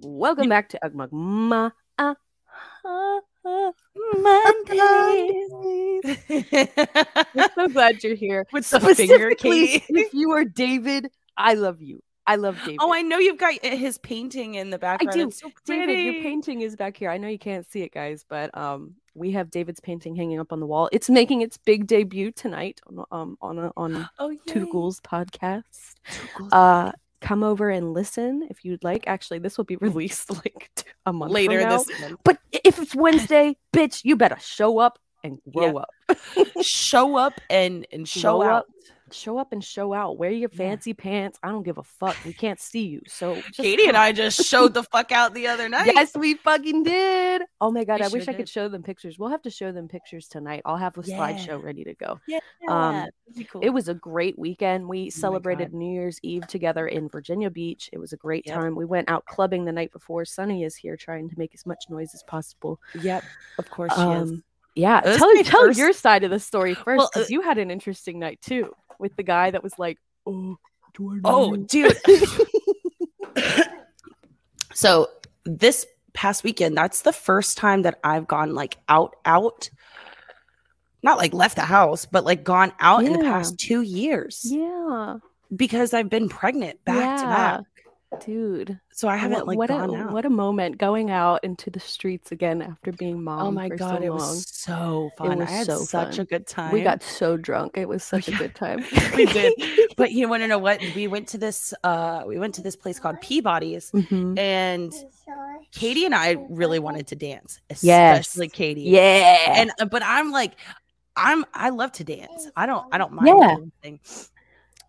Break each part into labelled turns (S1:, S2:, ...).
S1: Welcome back to Ugmug Ma uh, uh, uh, Mondays. I'm so glad you're here.
S2: With some finger
S1: Specifically,
S2: Katie.
S1: if you are David, I love you. I love David.
S2: Oh, I know you've got his painting in the background.
S1: do.
S2: It's so pretty.
S1: David, your painting is back here. I know you can't see it, guys, but um, we have David's painting hanging up on the wall. It's making its big debut tonight on um on a, on
S2: Oh, yay.
S1: Two Ghouls podcast.
S2: Toogles.
S1: Uh, come over and listen if you'd like. Actually, this will be released like t- a month from
S2: Later
S1: now.
S2: this month.
S1: But i- if it's Wednesday, bitch, you better show up and grow
S2: Yeah.
S1: up.
S2: show up and and show
S1: Grow
S2: out.
S1: up. Show up and show out. Wear your
S2: Yeah.
S1: fancy pants. I don't give a fuck. We can't see you. So just
S2: Katie and
S1: come.
S2: I just showed the fuck out the other night.
S1: Yes, we fucking did. Oh my god,
S2: We
S1: I wish
S2: sure
S1: I could
S2: did.
S1: show them pictures. We'll have to show them pictures tonight. I'll have the
S2: Yeah.
S1: slideshow ready to go.
S2: Yeah.
S1: Um,
S2: that'd be cool.
S1: It was a great weekend. We celebrated
S2: Oh God.
S1: New Year's Eve together in Virginia Beach. It was a great
S2: Yep.
S1: time. We went out clubbing the night before. Sunny is here trying to make as much noise as possible.
S2: Yep. Of course she is.
S1: Um, yeah,
S2: That was
S1: tell
S2: my
S1: tell
S2: first-
S1: your side of the story first
S2: Well,
S1: 'cause
S2: uh,
S1: you had an interesting night too with the guy that was like, "Oh, do I know
S2: Oh,
S1: you?"
S2: dude. Mm-hmm. so this past weekend, that's the first time that I've gone like out, out. Not like left the house, but like gone out in the
S1: Yeah.
S2: past two years
S1: yeah,
S2: because I've been pregnant back to
S1: Yeah.
S2: back.
S1: dude."
S2: So I haven't
S1: what,
S2: like
S1: what
S2: gone
S1: a
S2: out.
S1: what a moment going out into the streets again after being mom.
S2: oh my
S1: for
S2: god,
S1: so
S2: it
S1: long.
S2: was so fun.
S1: was
S2: I had
S1: so
S2: such
S1: fun.
S2: a good time.
S1: We got so drunk. It was such a
S2: yeah.
S1: good time.
S2: we did. But you want to know what? We went to this uh we went to this place called Peabody's
S1: Mhm.
S2: and Katie and I really wanted to dance,
S1: Yes.
S2: especially Katie.
S1: Yeah.
S2: And uh, but I'm like, I'm I love to dance. I don't I don't mind
S1: Yeah.
S2: dancing.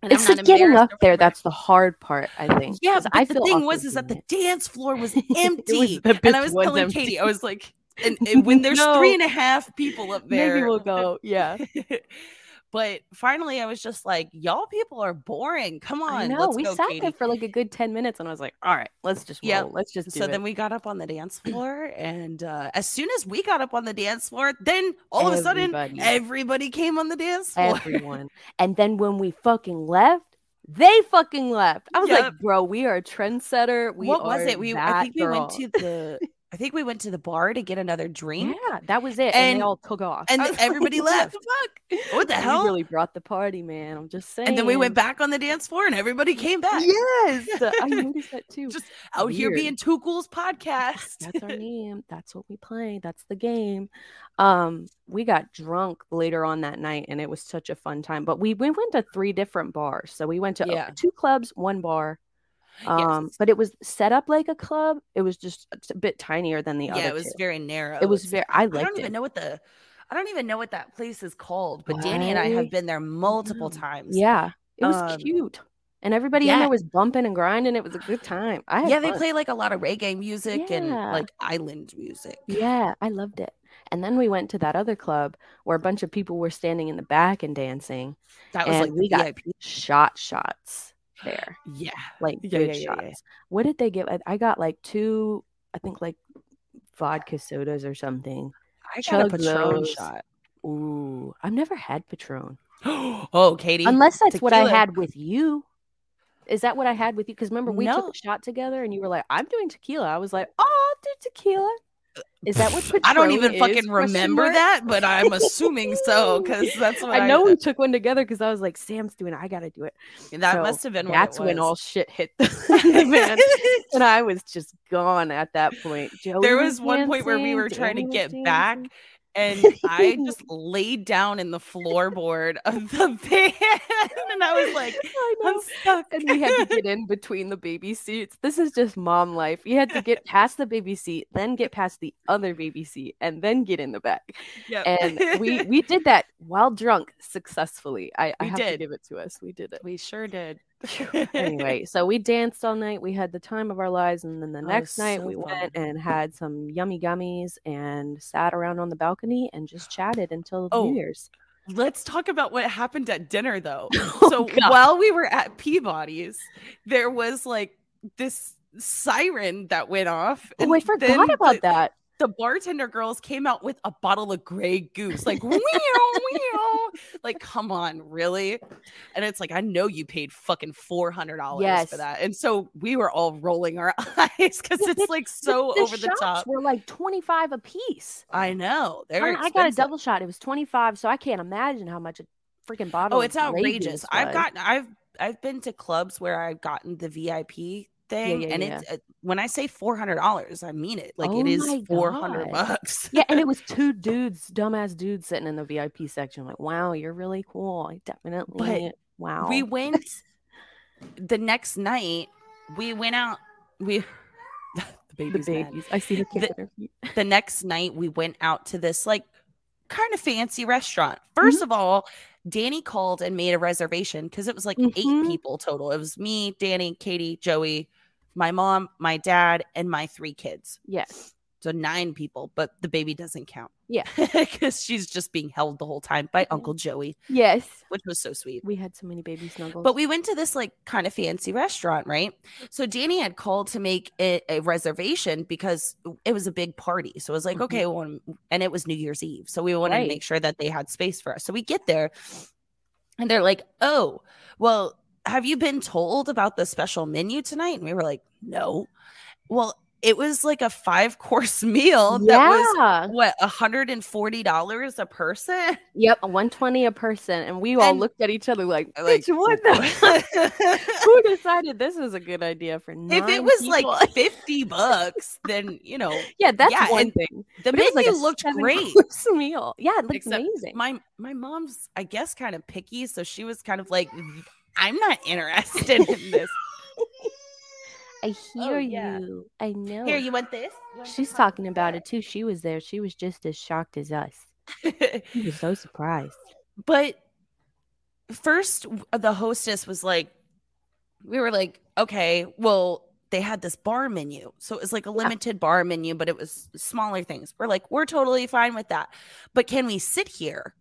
S2: And
S1: it's the
S2: I'm not
S1: getting
S2: embarrassed
S1: up
S2: or
S1: there
S2: whatever.
S1: that's the hard part, I think.
S2: yeah.
S1: 'cause
S2: But
S1: I
S2: the
S1: feel
S2: thing
S1: awkward
S2: was is that the
S1: doing it.
S2: dance floor was
S1: It was-
S2: empty,
S1: the
S2: and I
S1: bitch
S2: was,
S1: was
S2: telling
S1: empty.
S2: Katie, I was like, and, and when there's
S1: No.
S2: three and a half people up there,
S1: Maybe we'll go. Yeah.
S2: but finally, I was just like, y'all people are boring. Come on,
S1: I know.
S2: let's
S1: We
S2: go,
S1: sat
S2: Katie.
S1: there for like a good 10 minutes and I was like, all right, let's just roll.
S2: Yeah.
S1: Let's just do
S2: so then we got up on the dance floor, and uh, as soon as we got up on the dance floor, then all of a sudden
S1: Everybody.
S2: everybody came on the dance floor.
S1: everyone. and then when we fucking left, they fucking left. I was
S2: Yep.
S1: like, bro, we are a trendsetter. We
S2: what was
S1: are
S2: it? We I
S1: that
S2: think we went
S1: girl."
S2: to the I think we went to the bar to get another drink,
S1: Yeah, that was it. And,
S2: And-
S1: they all took off.
S2: and
S1: I was
S2: everybody
S1: like,
S2: left.
S1: What the fuck?
S2: What the
S1: You
S2: hell?
S1: really brought the party, man. I'm just saying.
S2: and then we went back on the dance floor, and everybody came back
S1: Yes. I noticed that too.
S2: Just out here
S1: Weird.
S2: being two ghouls podcast.
S1: That's our name. That's what we play. That's the game. Um, we got drunk later on that night, and it was such a fun time. But we we went to three different bars. So we went to uh,
S2: Yeah.
S1: two clubs, one bar. Um,
S2: Yes.
S1: but it was set up like a club. It was just a t- bit tinier than the
S2: yeah,
S1: other.
S2: it was
S1: two.
S2: very narrow.
S1: It was
S2: It's-
S1: very. I
S2: I don't
S1: liked
S2: even
S1: it.
S2: know what the I don't even know what that place is called, but Danny and I
S1: I
S2: have been there multiple
S1: know.
S2: times.
S1: Yeah, it was
S2: Um,
S1: cute, and everybody in
S2: yeah.
S1: there was bumping and grinding. It was a good time. I had
S2: yeah, they
S1: fun.
S2: play like a lot of reggae music and
S1: Yeah.
S2: like island music.
S1: Yeah, I loved it. And then we went to that other club where a bunch of people were standing in the back and dancing.
S2: That was
S1: And
S2: like the
S1: we got-
S2: VIP.
S1: Shot shots there,
S2: Yeah.
S1: like
S2: Yeah,
S1: good
S2: yeah, yeah,
S1: shots.
S2: yeah.
S1: What did they give? I, I got like two, I think like vodka sodas or something.
S2: I got a
S1: Chug
S2: Patron
S1: those.
S2: shot.
S1: Ooh, I've never had Patron
S2: oh, Katie.
S1: unless that's what I
S2: tequila.
S1: had with you. Is that what I had with you? Because remember we
S2: No.
S1: took a shot together and you were like, "I'm doing tequila." I was like, "Oh, I'll do tequila." Is that what
S2: I don't
S1: Patron
S2: even
S1: is,
S2: fucking
S1: question
S2: remember
S1: mark?
S2: that, but I'm assuming so because that's what I,
S1: I know we took one together because I was like, Sam's doing it. I got to do it.
S2: that
S1: so
S2: must have been. what it
S1: That's when
S2: was.
S1: all shit hit the the fan. and I was just gone at that point. Joey
S2: there was one point where we
S1: dancing,
S2: were trying to
S1: Danny was
S2: get back,
S1: dancing.
S2: and I just laid down in the floorboard of the van, and I was like,
S1: I know.
S2: "I'm stuck."
S1: and we had to get in between the baby seats. This is just mom life. You had to get past the baby seat, then get past the other baby seat, and then get in the back.
S2: Yep.
S1: And we we did that while drunk successfully. I, I
S2: We
S1: have to
S2: did.
S1: give it to us. We did it.
S2: we sure did.
S1: anyway, so we danced all night. We had the time of our lives, and then the
S2: was
S1: next night
S2: so
S1: we
S2: fun.
S1: went and had some yummy gummies and sat around on the balcony and just chatted until
S2: Oh,
S1: New Year's.
S2: Let's talk about what happened at dinner though.
S1: Oh,
S2: so
S1: God.
S2: while we were at Peabody's, there was like this siren that went off.
S1: Oh, I
S2: and then
S1: forgot about
S2: the,
S1: that.
S2: The bartender girls came out with a bottle of Grey Goose, like "Meow, meow, now? like, come on, really? And it's like, I know you paid fucking four hundred dollars
S1: Yes.
S2: for that. And so we were all rolling our eyes because
S1: Well,
S2: it's like so
S1: the
S2: over the
S1: shots
S2: top.
S1: Were like twenty five a piece.
S2: I know. They're
S1: I, I got a
S2: expensive.
S1: double shot. It was twenty five, so I can't imagine how much a freaking bottle.
S2: Oh,
S1: of
S2: it's outrageous.
S1: Ragey's
S2: I've
S1: was.
S2: gotten I've I've been to clubs where I've gotten the VIP thing
S1: yeah,
S2: and it's uh, when I say $400, I mean it. Like
S1: Oh
S2: it is
S1: my
S2: 400
S1: God.
S2: bucks.
S1: yeah, and it was two dudes, dumbass dudes, sitting in the VIP section. Like, wow, you're really cool. I definitely. wow.
S2: We went the next night, we went out we the
S1: the
S2: baby's mad.
S1: babies. I see the
S2: The-
S1: kid.
S2: the next night we went out to this like kind of fancy restaurant.
S1: Mm-hmm.
S2: 1st of all, Danny called and made a reservation because it was like
S1: Mhm.
S2: eight people total. It was me, Danny, Katie, Joey, my mom, my dad, and my three kids.
S1: Yes.
S2: So nine people, but the baby doesn't count.
S1: Yeah. Mm-hmm.
S2: Because she's just being held the whole time by Uncle Joey,
S1: Yes.
S2: which was so sweet.
S1: We had so many baby snuggles.
S2: But we went to this like kind of fancy restaurant, right? So Danny had called to make a, a reservation because it was a big party. So it was like,
S1: Mhm.
S2: okay, well, and it was New Year's Eve. So we wanted
S1: Right.
S2: to make sure that they had space for us. So we get there and they're like, oh, well, have you been told about the special menu tonight? And we were like, no. Well, it was like a five course meal that was
S1: Yeah.
S2: what $140 a person
S1: Yep, 120 a person. And we all
S2: And-
S1: looked at each other Uh, like,
S2: like
S1: bitch, what the? Who decided this was a good idea for nine
S2: if it was
S1: people?"
S2: like 50 bucks then you know
S1: yeah, that's
S2: yeah,
S1: one
S2: and
S1: thing.
S2: the
S1: But it was like a
S2: menu looked
S1: seven
S2: great
S1: course meal. Yeah, it looked
S2: Except
S1: amazing.
S2: my my mom's i guess kind of picky so she was kind of like i'm not interested in this
S1: I hear
S2: oh, yeah.
S1: you. I know.
S2: here you want this
S1: She's talking about it too. She was there. She was just as shocked as us.
S2: it
S1: She was so surprised.
S2: but first w- the hostess was like we were like okay well they had this bar menu so it was like a limited bar menu but it was smaller things we're like we're totally fine with that but can we sit here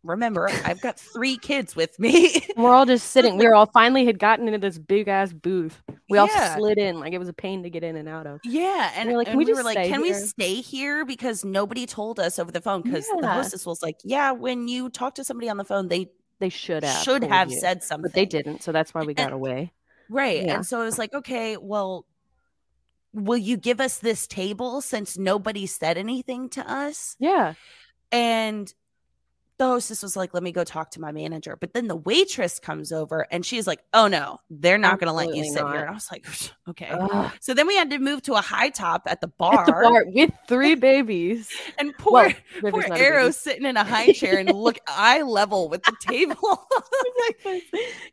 S2: remember i've got three kids with me
S1: And we're all just sitting. We were all finally had gotten into this big ass booth. We all
S2: Yeah.
S1: slid in. Like it was a pain to get in and out of.
S2: yeah and,
S1: were like,
S2: and
S1: "Can we
S2: we, were
S1: just
S2: like
S1: stay
S2: can we
S1: here?"
S2: stay here because nobody told us over the phone because the
S1: Yeah.
S2: hostess was like yeah when you talk to somebody on the phone they
S1: They should have.
S2: should
S1: told
S2: have
S1: you,
S2: said something
S1: But they didn't. So that's why we got
S2: And-
S1: away.
S2: Right.
S1: Yeah.
S2: And so it was like, okay, well, will you give us this table since nobody said anything to us?
S1: Yeah.
S2: And the hostess was like, let me go talk to my manager. But then the waitress comes over and she's like, oh no, they're not going to let you
S1: Absolutely
S2: sit here.
S1: not.
S2: And I was like, okay.
S1: Ugh.
S2: so then we had to move to a high top at the bar,
S1: At the bar with three babies.
S2: and
S1: Well,
S2: poor,
S1: River's
S2: poor
S1: not a
S2: Arrow sitting in a high chair and look eye level with the table.
S1: baby.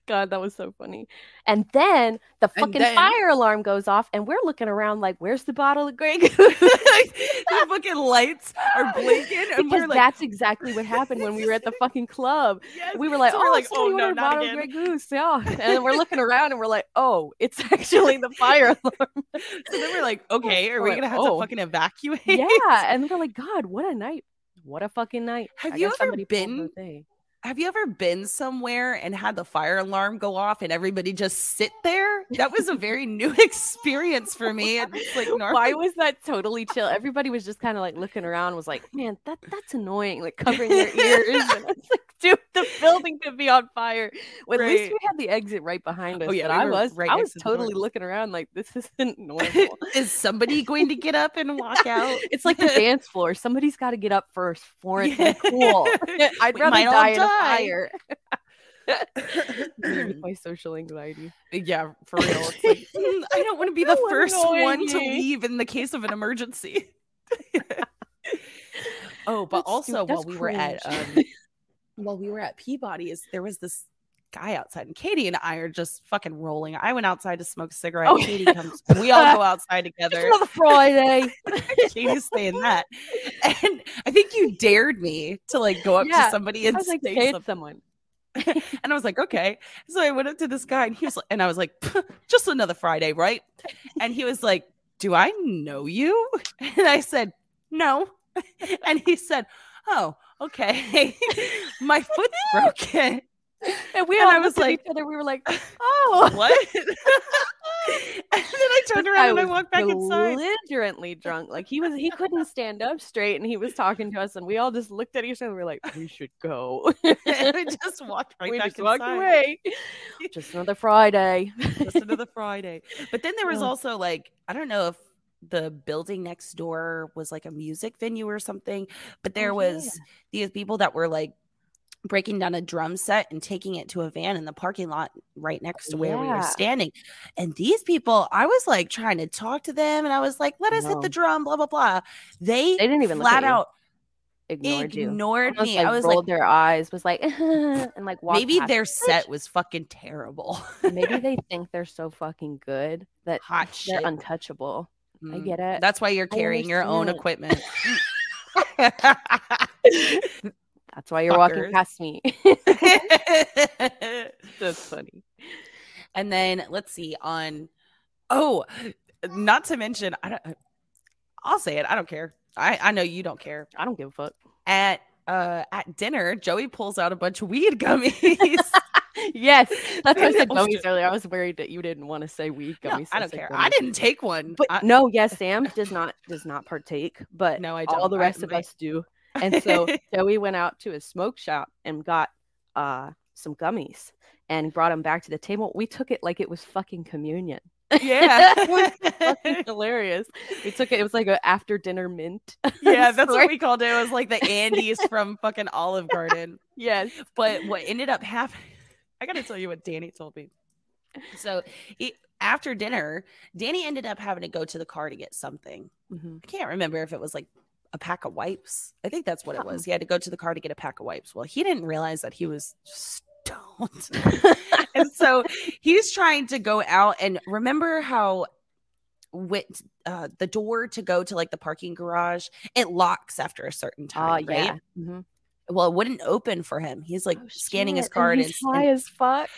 S1: God, that was so funny. And then the
S2: And
S1: fucking
S2: then-
S1: fire alarm goes off, and we're looking around like, "Where's the bottle of Grey Goose?"
S2: the fucking lights are blinking, and
S1: because
S2: we're like,
S1: that's exactly what happened when we were at the fucking club.
S2: yes.
S1: We were like,
S2: So
S1: "Oh,
S2: we're like,
S1: somebody
S2: "Oh, no,
S1: ordered a
S2: not
S1: bottle of
S2: again."
S1: Grey Goose." Yeah, and then we're looking around, and we're like, "Oh, it's actually the fire alarm."
S2: So then we're like, okay, are
S1: we're
S2: we
S1: like,
S2: gonna have
S1: oh.
S2: to fucking evacuate?
S1: yeah, and we're like, "God, what a night! What a fucking night!"
S2: Have
S1: I
S2: you
S1: guess
S2: ever
S1: somebody pulled their
S2: been-
S1: thing.
S2: Have you ever been somewhere and had the fire alarm go off and everybody just sit there? That was a very new experience for me. And it's like normally,
S1: Why was that totally chill? Everybody was just kind of like looking around, was like, man, that that's annoying, like covering their ears. And I was like, dude, the building could be on fire. Well, at least
S2: Right. Oh,
S1: we had the exit right behind us.
S2: yeah,
S1: but
S2: we
S1: I
S2: were
S1: was
S2: right
S1: I was
S2: next to the door.
S1: totally looking around like this isn't normal.
S2: is somebody going to get up and walk out?
S1: it's like the dance floor. Somebody's gotta get up first for it to be cool.
S2: Yeah.
S1: I'd
S2: We
S1: rather
S2: might all
S1: die in a
S2: die.
S1: fire. Dude, with my social anxiety.
S2: yeah, for real. It's like, "Mm, I don't want to be the
S1: So
S2: first one to
S1: annoying.
S2: leave in the case of an emergency. oh, but
S1: That's
S2: also
S1: stupid.
S2: while
S1: That's
S2: we were at
S1: cringe.
S2: um, while we were at Peabody's, there was this guy outside, and Katie and I are just fucking rolling. I went outside to smoke a cigarette.
S1: Oh,
S2: Katie comes. We all go outside together.
S1: Another Friday.
S2: Katie's saying that, and I think you dared me to like go up
S1: Yeah,
S2: to somebody
S1: I
S2: and
S1: was like,
S2: say
S1: say
S2: something.
S1: it's someone.
S2: And I was like, okay. So I went up to this guy and he was like, and I was like, just another Friday, right? And he was like, do I know you? And I said, no. And he said, oh, okay. My foot's broken.
S1: And we
S2: And
S1: all
S2: I
S1: looked
S2: was
S1: at
S2: like-
S1: each other, we were like,
S2: Oh, what? and then I turned around and I walked back inside.
S1: belligerently drunk. Like he was, he couldn't stand up straight, and he was talking to us, and we all just looked at each other. We are like, we should go.
S2: And I just walked right
S1: we
S2: back
S1: just walked
S2: inside.
S1: away. just another Friday.
S2: Just another Friday. But then there was
S1: Ugh.
S2: also like I don't know if the building next door was like a music venue or something, but there
S1: Oh, yeah.
S2: was these people that were like breaking down a drum set and taking it to a van in the parking lot right next to where we
S1: Yeah.
S2: were standing. And these people, I was like trying to talk to them and I was like, let us hit
S1: No.
S2: the drum, blah blah blah.
S1: They
S2: They,
S1: didn't even look
S2: flat
S1: at you.
S2: out
S1: Ignored
S2: ignored,
S1: you. Almost,
S2: me.
S1: like,
S2: I was like
S1: rolled their eyes, was like, and like walked
S2: maybe
S1: past
S2: their
S1: us.
S2: set was fucking terrible.
S1: Maybe they think they're so fucking good that
S2: Hot
S1: they're
S2: shit.
S1: untouchable. I
S2: Mm.
S1: get it.
S2: That's why you're
S1: Uh, I
S2: carrying your own
S1: understand.
S2: equipment.
S1: That's why you're walking
S2: Fuckers.
S1: past me. That's funny.
S2: and then let's see on oh, not to mention I don't I'll say it. I don't care. I I know you don't care.
S1: I don't give a fuck.
S2: At uh at dinner, Joey pulls out a bunch of weed gummies.
S1: Yes, that's what I
S2: And
S1: said
S2: I'll
S1: gummies
S2: just-
S1: earlier. I was worried that you didn't want to say weed
S2: No,
S1: gummies. so
S2: I don't
S1: said
S2: care. I
S1: gummies.
S2: didn't take one.
S1: But
S2: I-
S1: no, yes, Sam does not does not partake, but
S2: no, I don't.
S1: all the
S2: I-
S1: rest of
S2: my-
S1: us do. And so Joey went out to his smoke shop and got uh some gummies and brought them back to the table. We took it like it was fucking communion. It was
S2: yeah.
S1: fucking hilarious. We took it. It was like an after dinner mint.
S2: Yeah, that's
S1: Sorry.
S2: what we called it. It was like the Andes from fucking Olive Garden.
S1: Yes.
S2: But what ended up happening, I gotta tell you what Danny told me. So he, after dinner, Danny ended up having to go to the car to get something.
S1: Mhm.
S2: I can't remember if it was like a pack of wipes. I think that's what it was.
S1: Something.
S2: He had to go to the car to get a pack of wipes. Well, he didn't realize that he was stoned. and so he's trying to go out and remember how with uh, the door to go to like the parking garage it locks after a certain
S1: Oh
S2: time right
S1: yeah. Mhm.
S2: well it wouldn't open for him he's like
S1: Oh,
S2: scanning his
S1: shit, and
S2: card
S1: he's
S2: and,
S1: high as fuck.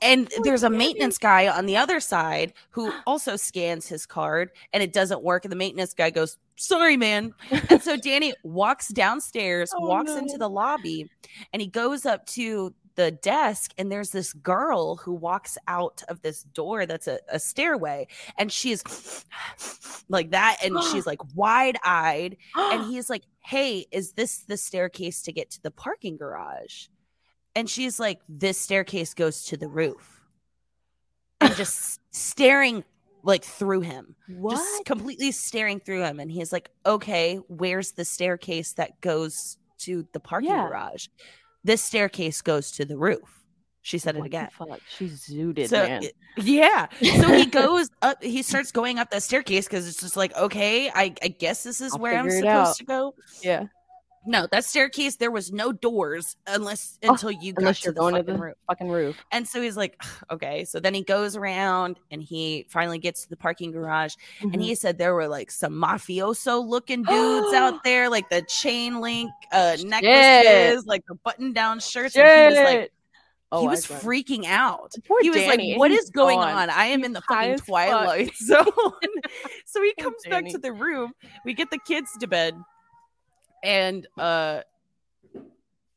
S2: and
S1: Poor
S2: there's a
S1: Daddy.
S2: maintenance guy on the other side who also scans his card and it doesn't work and the maintenance guy goes sorry man and so danny walks downstairs
S1: Oh,
S2: walks
S1: no.
S2: into the lobby and he goes up to the desk and there's this girl who walks out of this door that's a, a stairway and she's like that and she's like wide-eyed and he's like, "Hey, is this the staircase to get to the parking garage?" And she's like, "This staircase goes to the roof." And just staring like through him.
S1: what?
S2: Just completely staring through him and he's like, "Okay, where's the staircase that goes to the parking
S1: Yeah.
S2: garage?" This staircase goes to the roof. She said it
S1: What the
S2: again.
S1: fuck? She zooted,
S2: So
S1: man.
S2: it- yeah. So he goes up, he starts going up that staircase because it's just like, okay, I, I guess this is
S1: I'll
S2: where I'm
S1: figure it
S2: supposed
S1: out.
S2: to go.
S1: yeah.
S2: No, that staircase, there was no doors unless until you got
S1: unless
S2: to
S1: you're
S2: the
S1: going to
S2: fucking
S1: the-
S2: room.
S1: Fucking roof.
S2: And so he's like, "Ugh, okay. So then he goes around and he finally gets to the parking garage.
S1: Mm-hmm.
S2: And he said there were like some mafioso looking dudes out there, like the chain link uh, necklaces, like the button down shirts. And he was like,
S1: Oh,
S2: he was
S1: freaking.
S2: freaking out.
S1: Poor
S2: he was
S1: Danny,
S2: like, "What
S1: he's
S2: is going
S1: gone.
S2: on? I am in the
S1: high
S2: fucking
S1: as fuck."
S2: twilight zone." so he
S1: Poor
S2: comes back
S1: Danny.
S2: to the room. We get the kids to bed, and uh,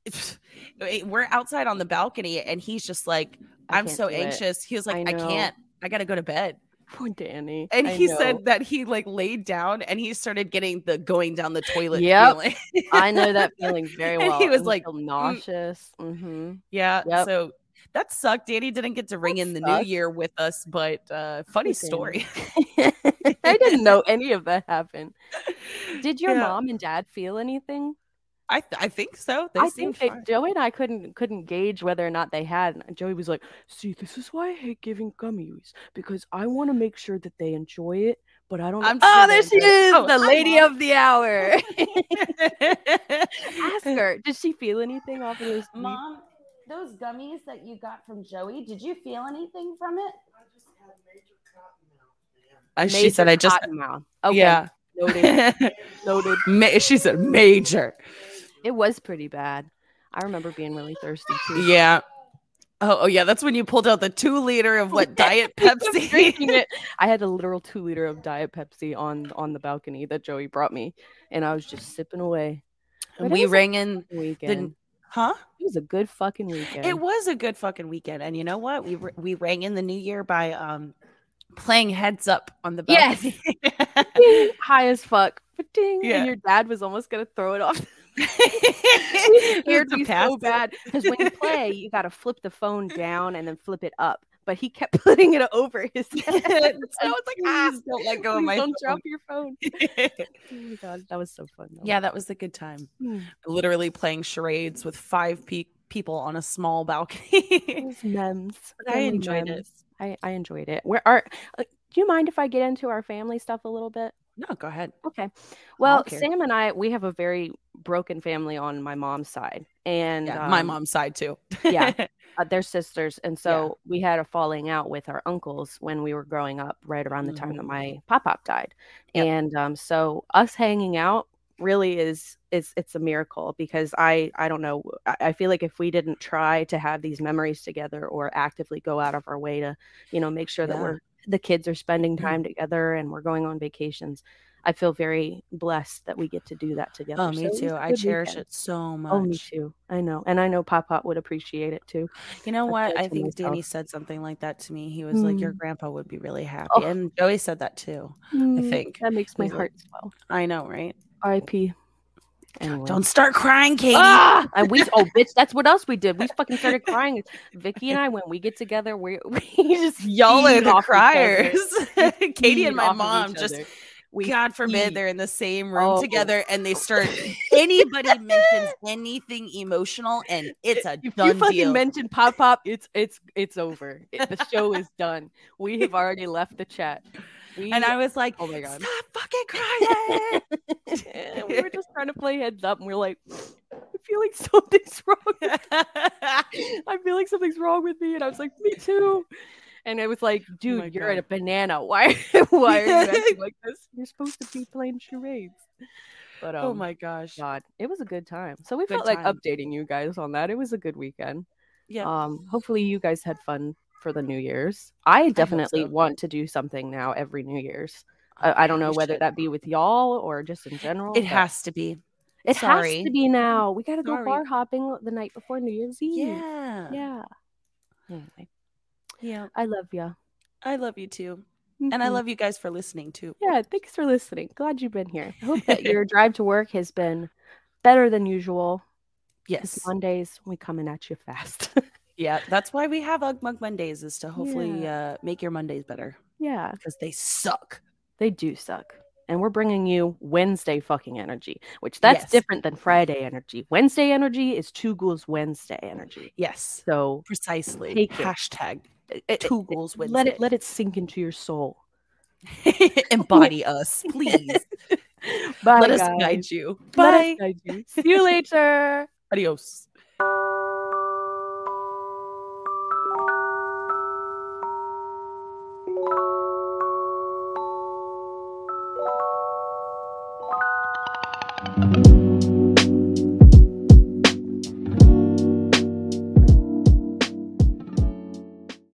S2: we're outside on the balcony, and he's just like,
S1: I
S2: "I'm
S1: can't
S2: so
S1: do it.
S2: anxious." He was like,
S1: I
S2: "I,
S1: know.
S2: can't. I gotta go to bed."
S1: Poor Danny.
S2: And
S1: I
S2: he
S1: know.
S2: said that he like laid down, and he started getting the going down the toilet
S1: Yep.
S2: feeling.
S1: I know that feeling very
S2: And
S1: well.
S2: he was like,
S1: feel nauseous. Mm-hmm.
S2: Yeah.
S1: Yep.
S2: So that sucked. Danny didn't get to ring
S1: That
S2: in the
S1: sucks.
S2: new year with us, but uh, funny
S1: Danny.
S2: story.
S1: I didn't know any of that happened. Did your
S2: Yeah.
S1: mom and dad feel anything?
S2: I th- I think so. They
S1: I
S2: seem
S1: think they,
S2: fine.
S1: Joey and I couldn't couldn't gauge whether or not they had. And Joey was like, "See, this is why I hate giving gummies because I want to make sure that they enjoy it, but I don't."
S2: I'm
S1: oh,
S2: sure
S1: there
S2: they
S1: she
S2: enjoy it.
S1: is,
S2: Oh,
S1: the
S2: hi,
S1: lady
S2: Mom.
S1: of the hour. Ask her. Did she feel anything off of those? weed
S2: Mom, those gummies that you got from Joey, did you feel anything from it? Uh, she
S1: Major
S2: said, "I just
S1: cottonmouth. Okay,
S2: yeah."
S1: noted, noted.
S2: Ma- she said, "Major."
S1: It was pretty bad. I remember being really thirsty too.
S2: Yeah. Oh, oh yeah. That's when you pulled out the two liter of what diet
S1: Pepsi.
S2: Pepsi.
S1: drinking it. I had a literal two liter of Diet Pepsi on on the balcony that Joey brought me, and I was just sipping away. But it
S2: And we
S1: was a
S2: rang in.
S1: fucking weekend.
S2: Huh?
S1: It was a good fucking weekend.
S2: It was a good fucking weekend, and you know what? We re- we rang in the new year by um playing heads up on the
S1: Yes.
S2: balcony.
S1: Ding, high as fuck. But ding,
S2: Yeah.
S1: and your dad was almost gonna throw it off.
S2: Yes.
S1: scared me so bad because when you play, you gotta flip the phone down and then flip it up. But he kept putting it over his head. and I was like, ah,
S2: Please don't let go of
S1: please
S2: my
S1: don't
S2: phone.
S1: drop your phone. Oh my god, that was so fun. though.
S2: yeah, that was a good time.
S1: Hmm.
S2: Literally playing charades with five pe- people on a small balcony.
S1: Those memes.
S2: But I
S1: Family
S2: enjoyed it.
S1: memes. I, I enjoyed it. Where are? Uh, do you mind if I get into our family stuff a little bit?
S2: No, go ahead.
S1: Okay. Well,
S2: care.
S1: Sam and I, we have a very broken family on my mom's side, and
S2: Yeah, my
S1: um,
S2: mom's side too.
S1: yeah. uh, they're sisters, and so we had a falling out with our uncles when we were growing up, right around the time that
S2: Mhm.
S1: my pop pop died,
S2: Yep.
S1: and um, so us hanging out really is is it's a miracle because I I don't know I, I feel like if we didn't try to have these memories together or actively go out of our way to you know make sure that
S2: Yeah.
S1: we're the kids are spending
S2: Mhm.
S1: time together and we're going on vacations. I feel very blessed that we get to do that together.
S2: oh, me
S1: So it was
S2: too.
S1: a
S2: I
S1: good
S2: cherish
S1: weekend.
S2: it so much.
S1: Oh, me too. I know, and I know Pop Pop would appreciate it too.
S2: You know
S1: I
S2: what?
S1: said
S2: I
S1: to
S2: think Danny
S1: myself.
S2: said something like that to me. He was like, "Your
S1: Mm.
S2: grandpa would be really happy,"
S1: Oh.
S2: and Joey said that too.
S1: Mm,
S2: think
S1: that makes my
S2: is, like,
S1: heart swell.
S2: I know, right?
S1: R.I.P. Anyway.
S2: Don't start crying, Katie.
S1: Ah, and we oh bitch, that's what else we did. We fucking started crying. Vicky and I, when we get together, we we just
S2: Y'all are
S1: feed
S2: the
S1: off each other.
S2: criers. Katie
S1: Feed
S2: and my
S1: off of
S2: mom
S1: each
S2: just,
S1: other. we
S2: God forbid,
S1: feed.
S2: they're in the same room
S1: Oh.
S2: together and they start. Anybody mentions anything emotional and it's a
S1: If you
S2: done
S1: fucking
S2: deal.
S1: mention pop pop, it's it's it's over. It- the show is done. We have already left the chat. We,
S2: and I was like,
S1: oh my god.
S2: "Stop fucking crying!"
S1: And we were just trying to play heads up, and we are like, I feel like something's wrong. I feel like something's wrong with me. And I was like, me too. And I was like, dude,
S2: my
S1: you're at a
S2: God.
S1: banana. Why why are you acting like this? You're supposed to be playing charades. But um,
S2: oh my gosh!
S1: god, it was a good time. So we
S2: Good
S1: felt like
S2: time.
S1: updating you guys on that. It was a good weekend.
S2: Yeah.
S1: Um, hopefully you guys had fun for the New Year's. I definitely
S2: so.
S1: want to do something now every New Year's. I, I don't know
S2: Oh, We
S1: whether
S2: should.
S1: that be with y'all or just in general.
S2: It
S1: but
S2: has to be.
S1: it
S2: sorry. Mm-hmm.
S1: has to be now. We gotta go
S2: Sorry.
S1: bar hopping the night before New Year's Eve.
S2: Yeah.
S1: Yeah. Anyway,
S2: Yeah.
S1: I love ya.
S2: I love you too. And I
S1: Mhm.
S2: love you guys for listening too.
S1: Yeah, thanks for listening. Glad you've been here. I hope that your drive to work has been better than usual. 'cause
S2: Yes.
S1: Mondays we coming at you fast.
S2: Yeah. That's why we have Ugg Mug Mondays is to hopefully uh, make your Mondays better
S1: yeah,
S2: because they suck.
S1: they do suck. And we're bringing you Wednesday fucking energy, which that's
S2: Yes.
S1: different than Friday energy. Wednesday energy is Two Ghouls Wednesday energy.
S2: Yes.
S1: So
S2: Precisely.
S1: Take it.
S2: Hashtag
S1: it- it-
S2: two goals Wednesday.
S1: let it let it sink into your soul.
S2: embody us, please.
S1: Bye,
S2: let us
S1: guys.
S2: guide you.
S1: Let us
S2: Bye.
S1: guide you. See you later.
S2: Adios.